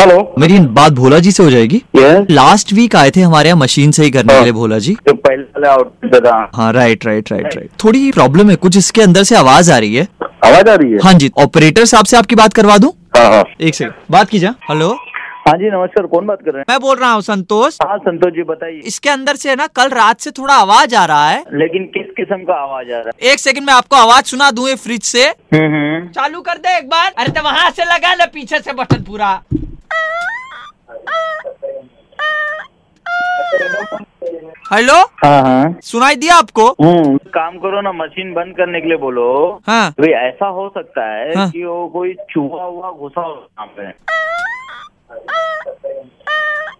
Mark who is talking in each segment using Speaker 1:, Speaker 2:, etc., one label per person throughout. Speaker 1: Hello
Speaker 2: मेरी बात भोला जी से हो जाएगी
Speaker 1: यस
Speaker 2: लास्ट वीक आए थे हमारे यहाँ मशीन सही करने
Speaker 1: हाँ।
Speaker 2: वाले भोला जी
Speaker 1: जो पहले वाला आउटफिट था
Speaker 2: हाँ राइट राइट राइट राइट थोड़ी प्रॉब्लम है कुछ इसके अंदर से आवाज आ रही है
Speaker 1: आवाज आ रही है
Speaker 2: हाँ जी ऑपरेटर साहब से आपकी बात करवा दूं
Speaker 1: हाँ हाँ
Speaker 2: एक सेकंड बात कीजिए हेलो
Speaker 1: हाँ जी नमस्कार कौन बात कर रहे
Speaker 2: मैं बोल रहा हूँ संतोष
Speaker 1: हैं हाँ संतोष जी बताइए
Speaker 2: इसके अंदर से है ना कल रात से थोड़ा आवाज आ रहा है
Speaker 1: लेकिन किस किस्म का आवाज आ रहा
Speaker 2: एक सेकंड में आपको आवाज सुना दूं ये फ्रिज से
Speaker 1: है हम्म, हम्म।
Speaker 2: चालू कर दे एक बार अरे तो वहाँ से लगा ले पीछे से बटन पूरा हेलो
Speaker 1: हाँ हाँ
Speaker 2: सुनाई दिया आपको
Speaker 1: हम्म, काम करो ना मशीन बंद करने के लिए बोलो
Speaker 2: हाँ
Speaker 1: भाई ऐसा हो सकता है
Speaker 2: हाँ।
Speaker 1: कि वो कोई चूहा हुआ घुसा हो काम पे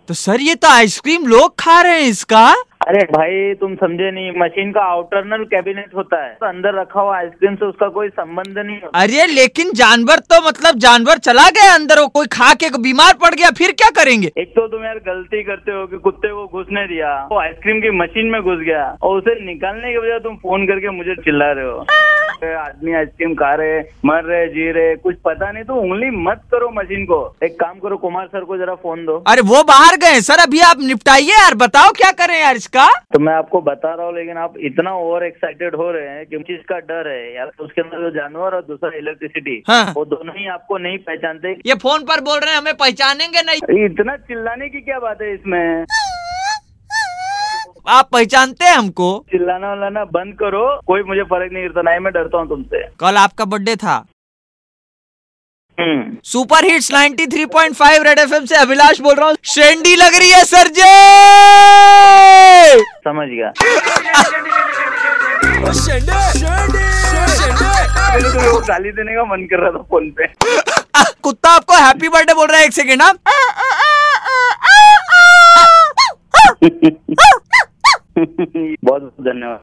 Speaker 2: तो सर ये तो आइसक्रीम लोग खा रहे हैं इसका
Speaker 1: अरे भाई तुम समझे नहीं मशीन का आउटरनल कैबिनेट होता है तो अंदर रखा हुआ आइसक्रीम से उसका कोई संबंध नहीं होता
Speaker 2: अरे लेकिन जानवर तो मतलब जानवर चला गया अंदर वो कोई खा के बीमार पड़ गया फिर क्या करेंगे
Speaker 1: एक तो तुम यार गलती करते हो कि कुत्ते को घुसने दिया वो आइसक्रीम की मशीन में घुस गया और उसे निकालने के बजाय तुम फोन करके मुझे चिल्ला रहे हो ये आदमी आइसक्रीम खा रहे मर रहे जी रहे कुछ पता नहीं तो उंगली मत करो मशीन को एक काम करो कुमार सर को जरा फोन दो
Speaker 2: अरे वो बाहर गए हैं। सर अभी आप निपटाइए यार बताओ क्या करें यार इसका
Speaker 1: तो मैं आपको बता रहा हूँ लेकिन आप इतना ओवर एक्साइटेड हो रहे हैं कि उस चीज का डर है या तो उसके अंदर जो जानवर और दूसरा इलेक्ट्रिसिटी
Speaker 2: हाँ।
Speaker 1: वो दोनों ही आपको नहीं पहचानते
Speaker 2: ये फोन पर बोल रहे हैं हमें पहचानेंगे नहीं
Speaker 1: इतना चिल्लाने की क्या बात है इसमें
Speaker 2: आप पहचानते हैं हमको
Speaker 1: चिल्लाना वालाना बंद करो कोई मुझे फर्क नहीं पड़ता ना ही मैं डरता हूँ तुमसे
Speaker 2: कल आपका बर्थडे था
Speaker 1: हम्म।
Speaker 2: सुपर हिट्स 93.5 रेड एफएम से अभिलाष बोल रहा हूँ शेंडी लग रही है सर जी
Speaker 1: समझ गया पहले तो मेरे को गाली देने का मन कर रहा था फोन पे
Speaker 2: आ, कुत्ता आपको हैप्पी बर्थडे बोल रहा है एक सेकेंड आप हाँ?
Speaker 1: बहुत बहुत धन्यवाद